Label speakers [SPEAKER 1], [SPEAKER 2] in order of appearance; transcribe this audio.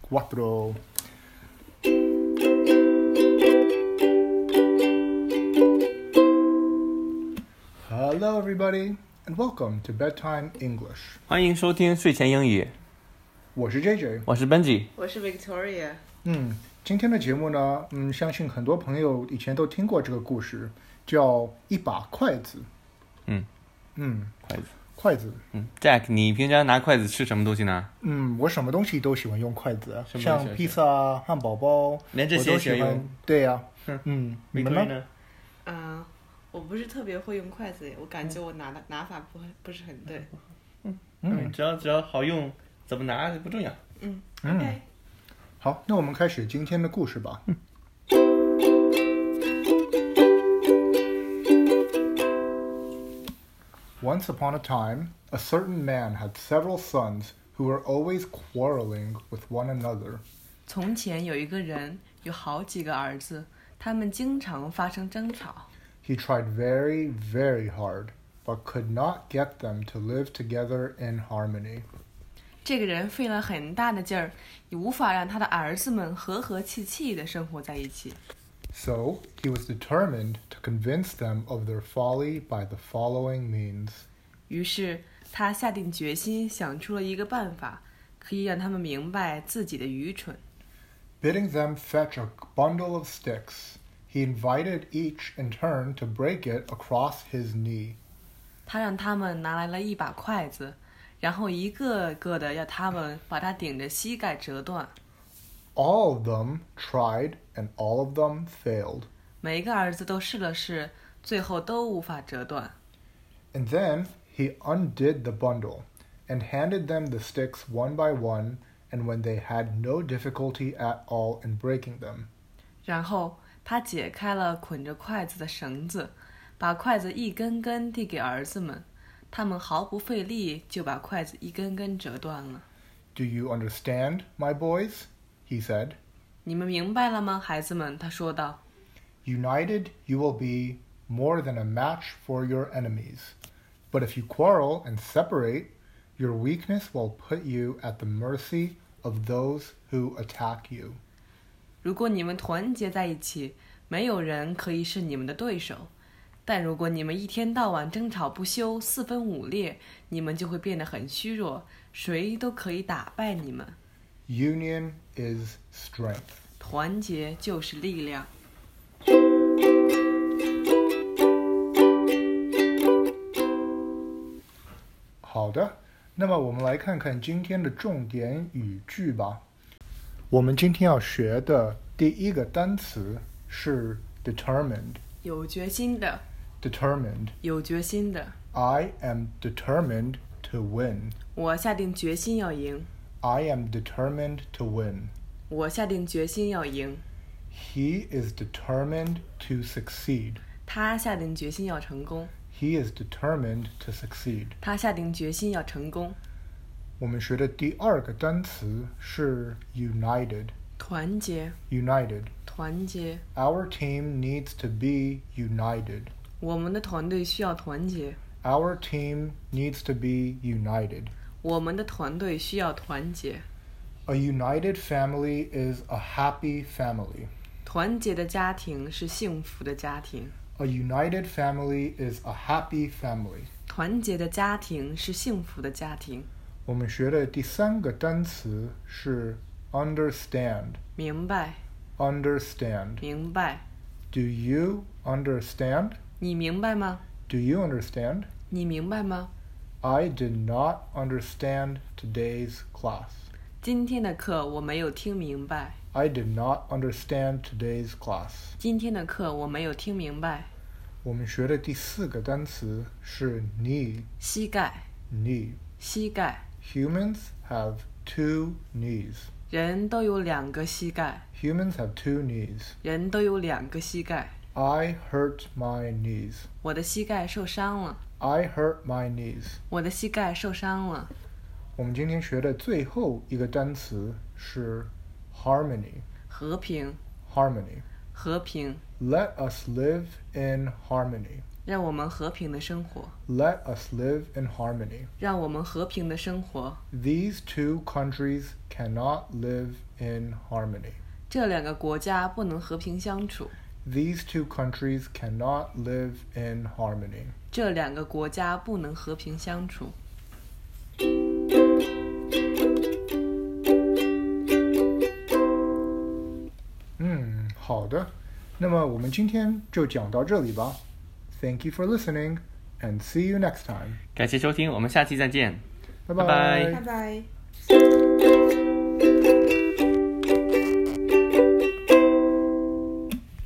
[SPEAKER 1] quattro. Hello, everybody, and welcome to Bedtime English.
[SPEAKER 2] 欢迎收听睡前英语，
[SPEAKER 1] 我是 JJ。
[SPEAKER 2] 我是 Benji。
[SPEAKER 3] 我是 Victoria，
[SPEAKER 1] 嗯，今天的节目呢，嗯，相信很多朋友以前都听过这个故事，叫《一把筷子》。
[SPEAKER 2] 嗯
[SPEAKER 1] 嗯，
[SPEAKER 2] 筷子，
[SPEAKER 1] 筷子。
[SPEAKER 2] 嗯，Jack，你平常拿筷子吃什么东西呢？
[SPEAKER 1] 嗯，我什么东西都喜欢用筷子，啊
[SPEAKER 2] 什么东西
[SPEAKER 1] 像披萨、汉堡包，
[SPEAKER 2] 连这
[SPEAKER 1] 我
[SPEAKER 2] 些
[SPEAKER 1] 都
[SPEAKER 2] 也
[SPEAKER 1] 喜
[SPEAKER 2] 用
[SPEAKER 1] 欢。对呀、
[SPEAKER 2] 是
[SPEAKER 1] 嗯，你
[SPEAKER 2] 没
[SPEAKER 1] 们呢？
[SPEAKER 2] 呢？
[SPEAKER 3] 嗯、我不是特别会用筷子，我感觉我拿的拿法不不是很对。
[SPEAKER 1] 嗯，
[SPEAKER 2] 只要只要好用，怎么拿不重要。
[SPEAKER 3] 嗯
[SPEAKER 1] 嗯
[SPEAKER 3] OK，
[SPEAKER 1] 好，那我们开始今天的故事吧。Once upon a time, a certain man had several sons who were always quarreling with one another.
[SPEAKER 4] 从前有一个人有好几个儿子，他们经常发生争吵。
[SPEAKER 1] He tried very, very hard, but could not get them to live together in harmony.
[SPEAKER 4] 这个人费了很大的劲儿，也无法让他的儿子们和和气气的生活在一起。
[SPEAKER 1] So he was determined to convince them of their folly by the following means.
[SPEAKER 4] 于是他下定决心，想出了一个办法，可以让他们明白自己的愚蠢。
[SPEAKER 1] Bidding them fetch a bundle of sticks, he invited each in turn to break it across his knee.
[SPEAKER 4] 他让他们拿来了一把筷子，然后一个个的要他们把它顶着膝盖折断。
[SPEAKER 1] All of them tried, and all of them failed.
[SPEAKER 4] 每一个儿子都试了试，最后都无法折断。
[SPEAKER 1] And then he undid the bundle and handed them the sticks one by one, and when they had no difficulty at all in breaking them,
[SPEAKER 4] 然后他解开了捆着筷子的绳子，把筷子一根根递给儿子们，他们毫不费力就把筷子一根根折断了。
[SPEAKER 1] Do you understand, my boys? he said.
[SPEAKER 4] 你们明白了吗，孩子们？他说道。
[SPEAKER 1] United, you will be more than a match for your enemies. But if you quarrel and separate, your weakness will put you at the mercy of those who attack you.
[SPEAKER 4] 如果你们团结在一起，没有人可以是你们的对手；但如果你们一天到晚争吵不休、四分五裂，你们就会变得很虚弱，谁都可以打败你们。
[SPEAKER 1] Union is strength.
[SPEAKER 4] 团结就是力量。
[SPEAKER 1] 好的，那么我们来看看今天的重点语句吧。我们今天要学的第一个单词是 determined.
[SPEAKER 4] 有决心的，
[SPEAKER 1] Determined.
[SPEAKER 4] 有决心的。
[SPEAKER 1] I am determined to win.
[SPEAKER 4] 我下定决心要赢，
[SPEAKER 1] I am determined to win.
[SPEAKER 4] 我下定决心要赢。
[SPEAKER 1] He is determined to succeed.
[SPEAKER 4] 他下定决心要成功，
[SPEAKER 1] He is determined to succeed.
[SPEAKER 4] 他下定决心要成功。
[SPEAKER 1] 我们学的第二个单词是 united.
[SPEAKER 4] 团结，
[SPEAKER 1] United.
[SPEAKER 4] 团结，
[SPEAKER 1] Our team needs to be united.
[SPEAKER 4] 我们的团队需要团结，
[SPEAKER 1] Our team needs to be united.
[SPEAKER 4] 我们的团队需要团结。
[SPEAKER 1] A united family is a happy family.
[SPEAKER 4] 团结的家庭是幸福的家庭，
[SPEAKER 1] A united family is a happy family.
[SPEAKER 4] 团结的家庭是幸福的家庭。
[SPEAKER 1] 我们学的第三个单词是 understand.
[SPEAKER 4] 明白，
[SPEAKER 1] Understand.
[SPEAKER 4] 明白，
[SPEAKER 1] Do you understand?
[SPEAKER 4] 你明白吗？
[SPEAKER 1] Do you understand?
[SPEAKER 4] 你明白吗？
[SPEAKER 1] I did not understand today's class.
[SPEAKER 4] 今天的课我没有听明白，
[SPEAKER 1] I did not understand today's class.
[SPEAKER 4] 今天的课我没有听明白。
[SPEAKER 1] 我们学的第四个单词是 knee.
[SPEAKER 4] 膝盖，
[SPEAKER 1] Knee.
[SPEAKER 4] 膝盖。
[SPEAKER 1] Humans have two knees.
[SPEAKER 4] 人都有两个膝盖，
[SPEAKER 1] Humans have two knees.
[SPEAKER 4] 人都有两个膝盖。
[SPEAKER 1] I hurt my knees.
[SPEAKER 4] 我的膝盖受伤了，
[SPEAKER 1] I hurt my knees.
[SPEAKER 4] 我的膝盖受伤了。
[SPEAKER 1] 我们今天学的最后一个单词是 harmony。
[SPEAKER 4] 和平，
[SPEAKER 1] harmony.
[SPEAKER 4] 和平，
[SPEAKER 1] Let us live in harmony.
[SPEAKER 4] 让我们和平的生活，
[SPEAKER 1] Let us live in harmony.
[SPEAKER 4] 让我们和平的生活。
[SPEAKER 1] These two countries cannot live in harmony.
[SPEAKER 4] 这两个国家不能和平相处，
[SPEAKER 1] These two countries cannot live in harmony.
[SPEAKER 4] 这两个国家不能和平相处。
[SPEAKER 1] 嗯，Hmm, 好的，那么我们今天就讲到这里吧。Thank you for listening, and see you next time.
[SPEAKER 2] 感谢收听，我们下期再见。
[SPEAKER 1] 拜
[SPEAKER 2] 拜拜
[SPEAKER 3] 拜拜。